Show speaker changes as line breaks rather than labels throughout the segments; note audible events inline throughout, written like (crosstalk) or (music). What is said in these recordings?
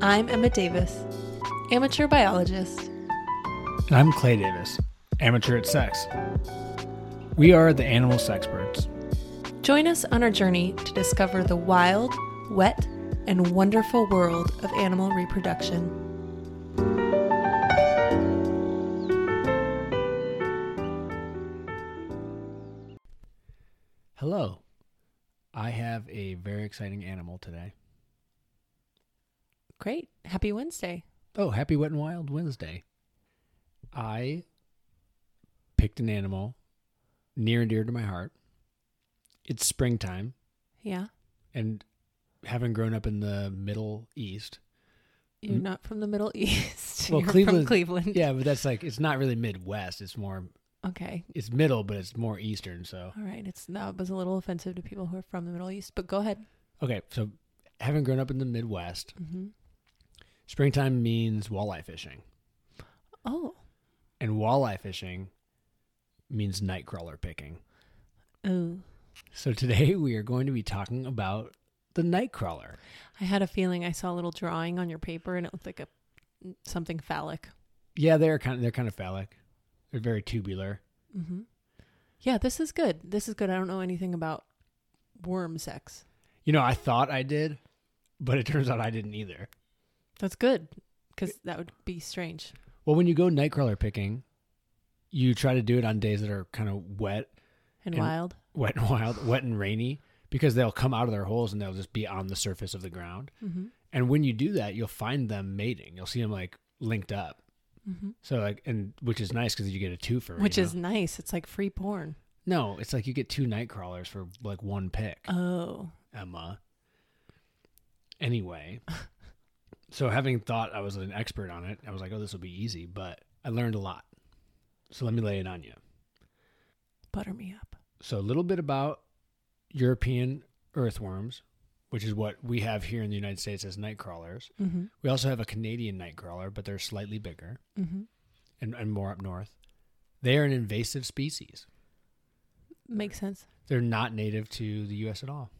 I'm Emma Davis, amateur biologist.
And I'm Clay Davis, amateur at sex. We are the animal sexperts.
Join us on our journey to discover the wild, wet, and wonderful world of animal reproduction.
Hello. I have a very exciting animal today.
Great. Happy Wednesday.
Oh, happy Wet and Wild Wednesday. I picked an animal near and dear to my heart. It's springtime,
Yeah.
and having grown up in the Middle (laughs) East,
You're not from the Middle (laughs) East.
Mm-hmm. Well,
You're from
Cleveland-
Cleveland.
yeah, but that's like, it's not really Midwest. It's more,
Okay.
it's middle, but it's more Eastern. So
All right. It's that was a little offensive to people who are from the Middle East, but go ahead.
Okay, so having grown up in the Midwest,
Mm-hmm.
springtime means walleye fishing,
Oh.
and walleye fishing means nightcrawler picking.
Oh.
So today we are going to be talking about the nightcrawler.
I had a feeling I saw a little drawing on your paper, and it looked like a something phallic.
Yeah, they're kind of, they're kind of phallic. They're very tubular.
Mm-hmm. Yeah, this is good. This is good. I don't know anything about worm sex.
You know, I thought I did, but it turns out I didn't either.
That's good because that would be strange.
Well, when you go nightcrawler picking, you try to do it on days that are kind of wet,
And,
And-
wild.
wet and wild, wet and rainy, because they'll come out of their holes and they'll just be on the surface of the ground.
Mm-hmm.
And when you do that, you'll find them mating. You'll see them like linked up.
Mm-hmm.
So like, and which is nice because you get a twofer.
Which
you
is
know?
nice. It's like free porn.
no, it's like you get two night crawlers for like one pick,
Oh,
Emma. Anyway,
(laughs)
so having thought I was an expert on it, I was like, oh, this will be easy. But I learned a lot. So let me lay it on you.
butter me up.
So a little bit about European earthworms, which is what we have here in the United States as night crawlers.
Mm-hmm.
We also have a Canadian night crawler, but they're slightly bigger.
Mm-hmm.
and, and more up north, they are an invasive species.
Makes sense.
They're not native to the U.S. at all.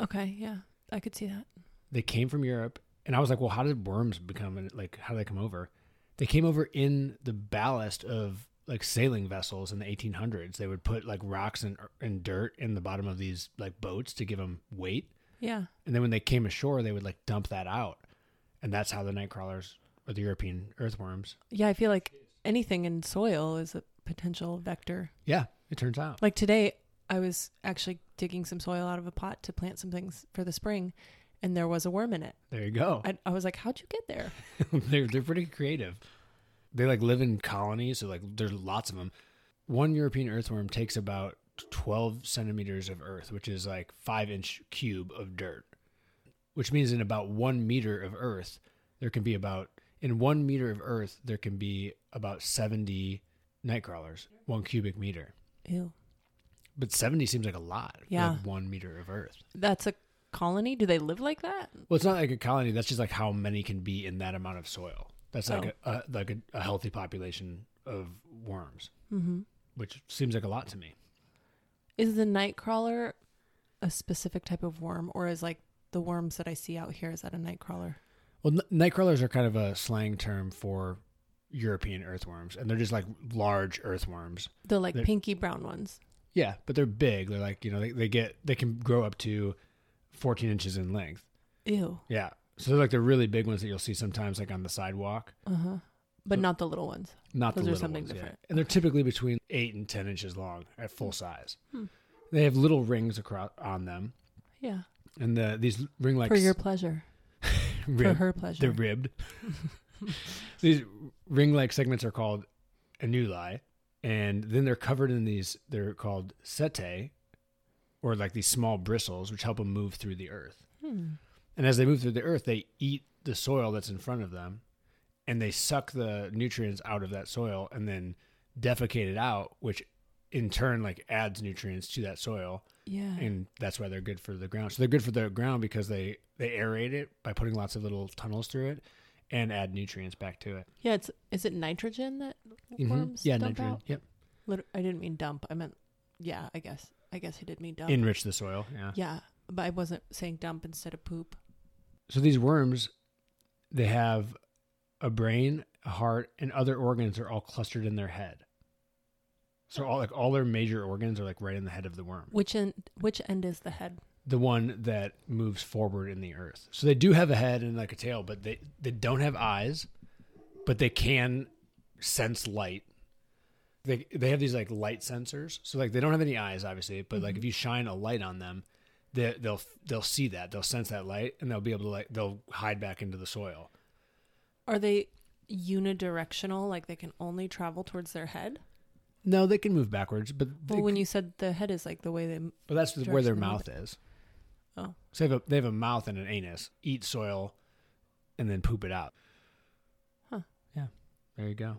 Okay. Yeah, I could see that.
They came from Europe, and I was like, "Well, how did worms become an- like? How did they come over?" They came over in the ballast of like sailing vessels in the 1800s. They would put like rocks and and dirt in the bottom of these like boats to give them weight,
Yeah.
and then when they came ashore, they would like dump that out, and that's how the night crawlers or the European earthworms.
Yeah, I feel like anything in soil is a potential vector.
Yeah, it turns out.
Like today, I was actually digging some soil out of a pot to plant some things for the spring, and there was a worm in it.
There you go.
I, I was like, "How'd you get there?"
(laughs) they're they're pretty creative. They like live in colonies, so like there's lots of them. One European earthworm takes about twelve centimeters of earth, which is like five inch cube of dirt, which means in about one meter of earth, there can be about in one meter of earth there can be about seventy night crawlers, one cubic meter.
Ew.
But seventy seems like a lot. for,
Yeah.
like, one meter of earth.
That's a colony. Do they live like that?
Well, it's not like a colony. That's just like how many can be in that amount of soil. That's like a, a like a, a healthy population of worms,
Mm-hmm.
which seems like a lot to me.
Is the night crawler a specific type of worm, or is like the worms that I see out here is that a night crawler?
Well, n- night crawlers are kind of a slang term for European earthworms, and they're just like large earthworms.
The like
They're-
pinky brown ones.
Yeah, but they're big. They're like you know they, they get they can grow up to fourteen inches in length.
Ew.
Yeah, so they're like the really big ones that you'll see sometimes like on the sidewalk.
Uh huh. But not the little ones.
Not
Those are
the little
something
ones, yeah.
different.
And they're typically between eight and ten inches long at full size.
Hmm.
They have little rings across on them,
Yeah.
and the these ring like
for your pleasure. For her pleasure.
they're
(laughs)
ribbed. (laughs) these ring like segments are called annuli, and then they're covered in these. They're called setae, or like these small bristles, which help them move through the earth.
Hmm.
And as they move through the earth, they eat the soil that's in front of them and they suck the nutrients out of that soil and then defecate it out, which in turn like adds nutrients to that soil
Yeah.
and that's why they're good for the ground. So they're good for the ground because they they aerate it by putting lots of little tunnels through it and add nutrients back to it.
yeah. It's is it nitrogen that
Mhm.
worms
Yeah,
dump
nutrient.
out?
Yep.
Lit- I didn't mean dump. I meant yeah. I guess. I guess I did mean dump.
Enrich the soil. Yeah.
yeah, but I wasn't saying dump instead of poop.
So these worms They have a brain, a heart, and other organs are all clustered in their head. So all like all their major organs are like right in the head of the worm.
Which end? Which end is the head?
the one that moves forward in the earth. So they do have a head and like a tail, but they they don't have eyes, but they can sense light. They they have these like light sensors. So like they don't have any eyes obviously, but like if you shine a light on them, they they'll they'll see that. They'll sense that light and they'll be able to like they'll hide back into the soil.
Are they unidirectional? Like they can only travel towards their head?
No, they can move backwards, but
Well,
they-
when you said the head is like the way they
but that's where
direction
their
of
mouth is.
Oh.
So they have a they have a mouth and an anus, eat soil, and then poop it out.
Huh.
Yeah. There you go.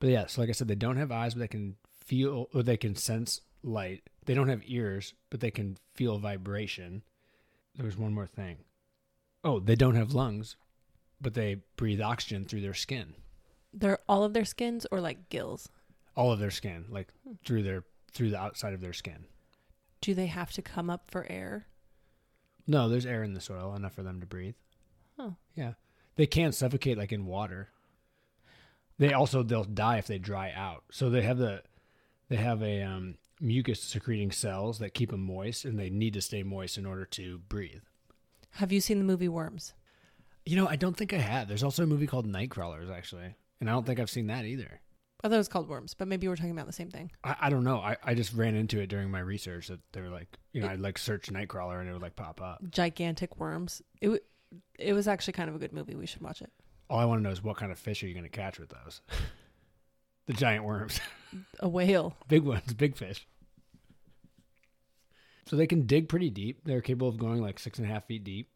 But yeah, so like I said, they don't have eyes, but they can feel or they can sense light. They don't have ears, but they can feel vibration. There was one more thing. Oh, they don't have lungs, but they breathe oxygen through their skin.
they're all of their skins or like gills.
All of their skin, like
Hmm.
through their through the outside of their skin.
Do they have to come up for air?
No, there's air in the soil, enough for them to breathe.
Huh.
Yeah. They can't suffocate like in water. They also they'll die if they dry out. So they have the they have a um, mucus secreting cells that keep them moist and they need to stay moist in order to breathe.
Have you seen the movie Worms?
You know, I don't think I have. There's also a movie called Nightcrawlers actually, and I don't think I've seen that either.
I thought it was called Worms, but maybe we're talking about the same thing.
I, I don't know. I, I just ran into it during my research that they were like, you know, I'd like search Nightcrawler and it would like pop up.
Gigantic worms. It w- it was actually kind of a good movie. We should watch it.
All I want to know is what kind of fish are you going to catch with those? (laughs) the giant worms.
A whale.
big ones, (laughs) big fish. So they can dig pretty deep. They're capable of going like six and a half feet deep,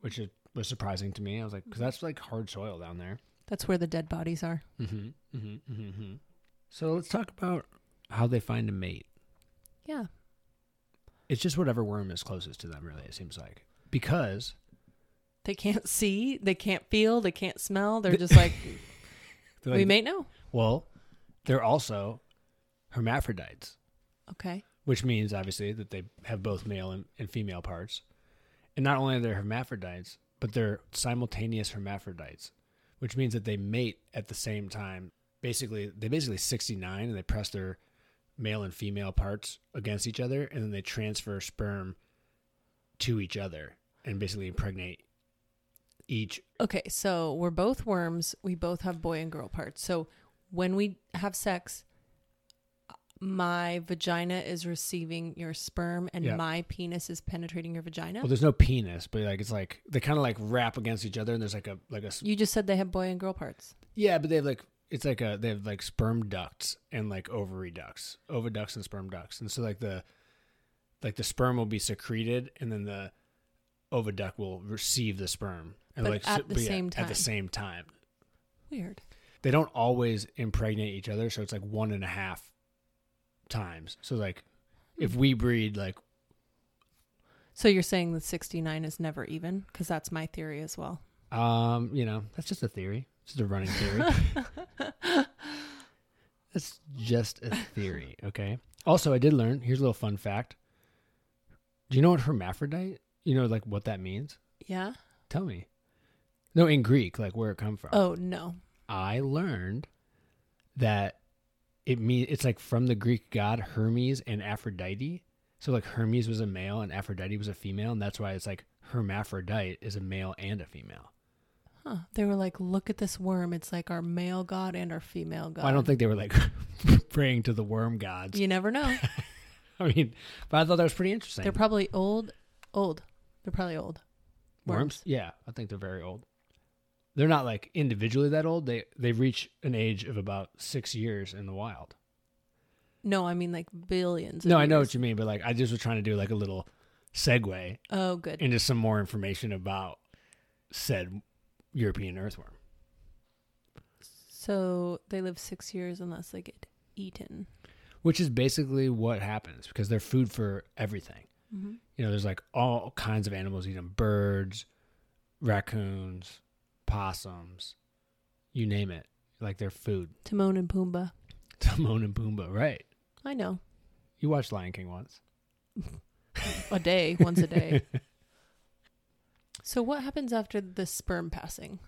which is, was surprising to me. I was like, because that's like hard soil down there.
That's where the dead bodies are.
Mm-hmm, mm-hmm, mm-hmm. So let's talk about how they find a mate.
Yeah.
It's just whatever worm is closest to them, really. It seems like because
They can't see, they can't feel, they can't smell. They're just
(laughs)
like,
they're
we
like-
may know.
well, they're also hermaphrodites.
Okay.
which means obviously that they have both male and, and female parts. And not only are they hermaphrodites, but they're simultaneous hermaphrodites, which means that they mate at the same time. Basically, they basically 69 and they press their male and female parts against each other and then they transfer sperm to each other and basically impregnate each.
Okay, so we're both worms. We both have boy and girl parts. So when we have sex, my vagina is receiving your sperm and
Yeah.
my penis is penetrating your vagina.
Well, there's no penis, but like it's like they kind of like wrap against each other and there's like a like a
you just said they have boy and girl parts.
Yeah, but they have like it's like a they have like sperm ducts and like ovary ducts, oviducts and sperm ducts, and so like the like the sperm will be secreted, and then the oviduct will receive the sperm, and
But
like
at the
but
same
at
time.
the same time.
Weird.
They don't always impregnate each other, so it's like one and a half times. So like if we breed like
So you're saying that 69 is never even? Because that's my theory as
(laughs)
well.
um, you know, that's just a theory. It's just a running theory. That's just a theory, okay? Also, I did learn. Here's a little fun fact. Do you know what hermaphrodite? You know, like what that means?
Yeah?
Tell me. No, in Greek, like where it come from.
Oh, no.
I learned that it mean it's like from the Greek god Hermes and Aphrodite. So like Hermes was a male and Aphrodite was a female, and that's why it's like hermaphrodite is a male and a female.
Huh. They were like, look at this worm. It's like our male god and our female god.
Well, I don't think they were like (laughs) praying to the worm gods.
You never
(laughs)
know.
I mean, but I thought that was pretty interesting.
They're probably old. Old. They're probably old.
Worms? Yeah, I think they're very old. They're not like individually that old. They they reach an age of about six years in the wild.
No, I mean like billions. of
no, I know
years.
what you mean, but like I just was trying to do like a little segue
Oh, good.
into some more information about said European earthworm.
so they live six years unless they get eaten.
Which is basically what happens because they're food for everything.
Mhm.
You know, there's like all kinds of animals eat them birds, raccoons, possums, you name it. Like they're food. (laughs)
Timon and Pumbaa.
Timon and Pumbaa, right.
I know.
You watched Lion King once. (laughs)
A day, once a day. So what happens after the sperm passing?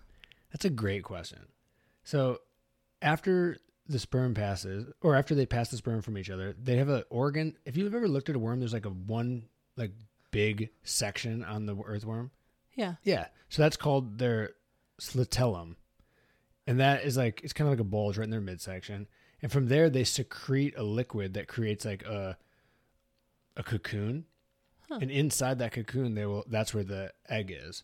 That's a great question. So, after the sperm passes, or after they pass the sperm from each other, they have an organ. If you've ever looked at a worm, there's like a one like big section on the earthworm.
Yeah.
Yeah, so that's called their slitellum, and that is like it's kind of like a bulge right in their midsection. And from there, they secrete a liquid that creates like a a cocoon, and inside that cocoon, they will that's where the egg is.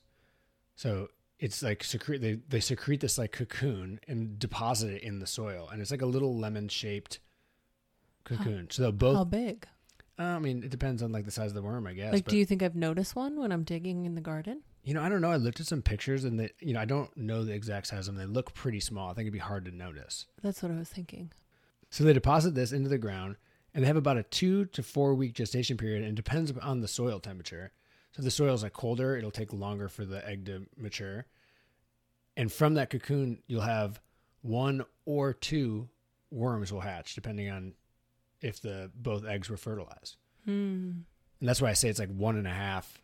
So it's like secrete they, they secrete this like cocoon and deposit it in the soil and it's like a little lemon shaped cocoon so they'll
How
both
big?
i mean it depends on like the size of the worm i guess
like,
but
do
you-,
you think I've noticed one when I'm digging in the garden?
know i don't know i looked at some pictures and they you know i don't know the exact size of them they look pretty small i think it'd be hard to notice
That's what I was thinking.
so they deposit this into the ground and they have about a two to four week gestation period and it depends on the soil temperature so if the soil is like colder it'll take longer for the egg to mature and from that cocoon you'll have one or two worms will hatch depending on if the both eggs were fertilized
Hmm.
and that's why i say it's like one and a half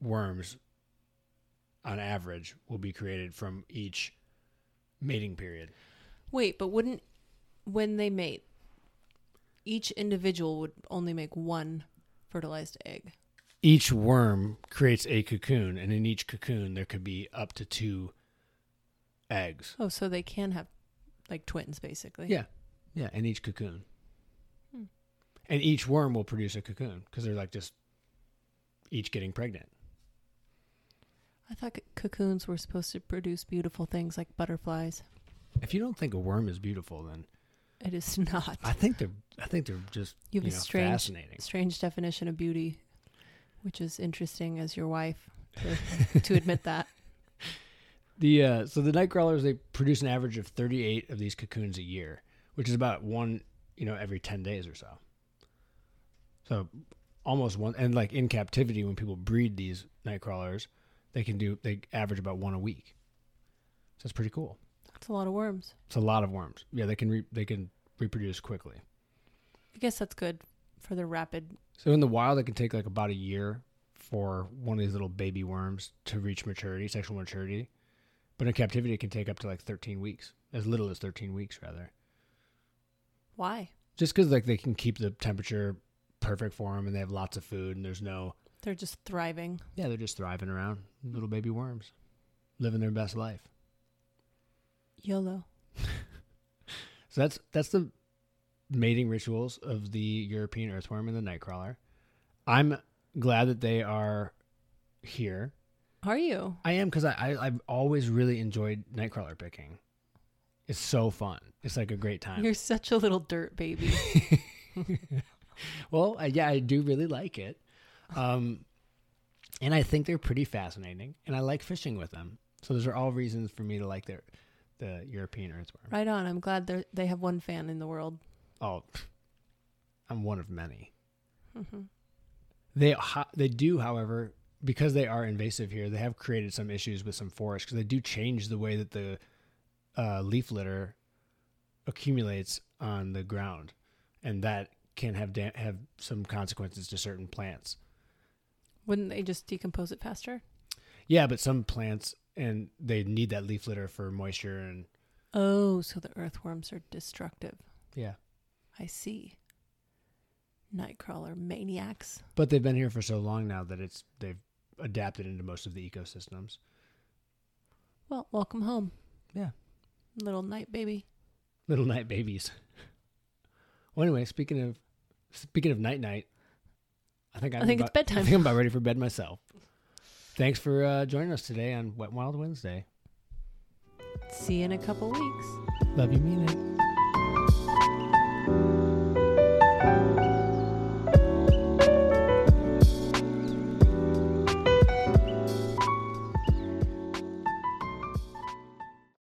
worms on average will be created from each mating period
Wait, but wouldn't when they mate, each individual would only make one fertilized egg?
each worm creates a cocoon, and in each cocoon there could be up to two eggs.
Oh, so they can have like twins, basically.
Yeah, yeah, in each cocoon, and each worm will produce a cocoon because they're like just each getting pregnant.
I thought c- cocoons were supposed to produce beautiful things like butterflies.
If you don't think a worm is beautiful, then
It is (laughs) not.
I think they're I think they're just
You have
you
a
know,
strange-
fascinating.
Strange definition of beauty, which is interesting as your
(laughs)
wife to, to admit that.
The uh, so the night crawlers they produce an average of thirty eight of these cocoons a year, which is about one you know every ten days or so. So almost one, and like in captivity when people breed these night crawlers, they can do they average about one a week. So it's pretty cool.
That's a lot of worms.
It's a lot of worms. Yeah, they can re- they can reproduce quickly.
I guess that's good for the rapid.
So in the wild, it can take like about a year for one of these little baby worms to reach maturity, sexual maturity. But in captivity, it can take up to like 13 weeks, as little as 13 weeks, rather.
Why?
Just because like they can keep the temperature perfect for them, and they have lots of food, and there's no
They're just thriving.
yeah, they're just thriving around little baby worms, living their best life.
YOLO.
So that's that's the mating rituals of the European earthworm and the nightcrawler. I'm glad that they are here
Are you?
I am because I, I I've always really enjoyed Nightcrawler picking. It's so fun. It's like a great time.
You're such a little dirt baby. (laughs)
well, I, yeah, I do really like it, um, and I think they're pretty fascinating, and I like fishing with them. So those are all reasons for me to like their the European earthworm.
right on. I'm glad they they have one fan in the world.
Oh, pff, I'm one of many.
Mhm.
They ho- they do, however, because they are invasive here, they have created some issues with some forests because they do change the way that the uh, leaf litter accumulates on the ground, and that can have da- have some consequences to certain plants.
Wouldn't they just decompose it faster?
Yeah, but some plants and they need that leaf litter for moisture and
Oh, so the earthworms are destructive.
yeah.
I see. Nightcrawler maniacs.
But they've been here for so long now that it's they've adapted into most of the ecosystems.
Well, welcome home,
Yeah.
little night baby.
little night babies. Well, anyway, speaking of speaking of night night, I think I'm
think
about,
it's bedtime.
I think I'm about ready for bed myself. Thanks for uh, joining us today on Wet and Wild Wednesday.
See you in a couple weeks.
Love you, mean it.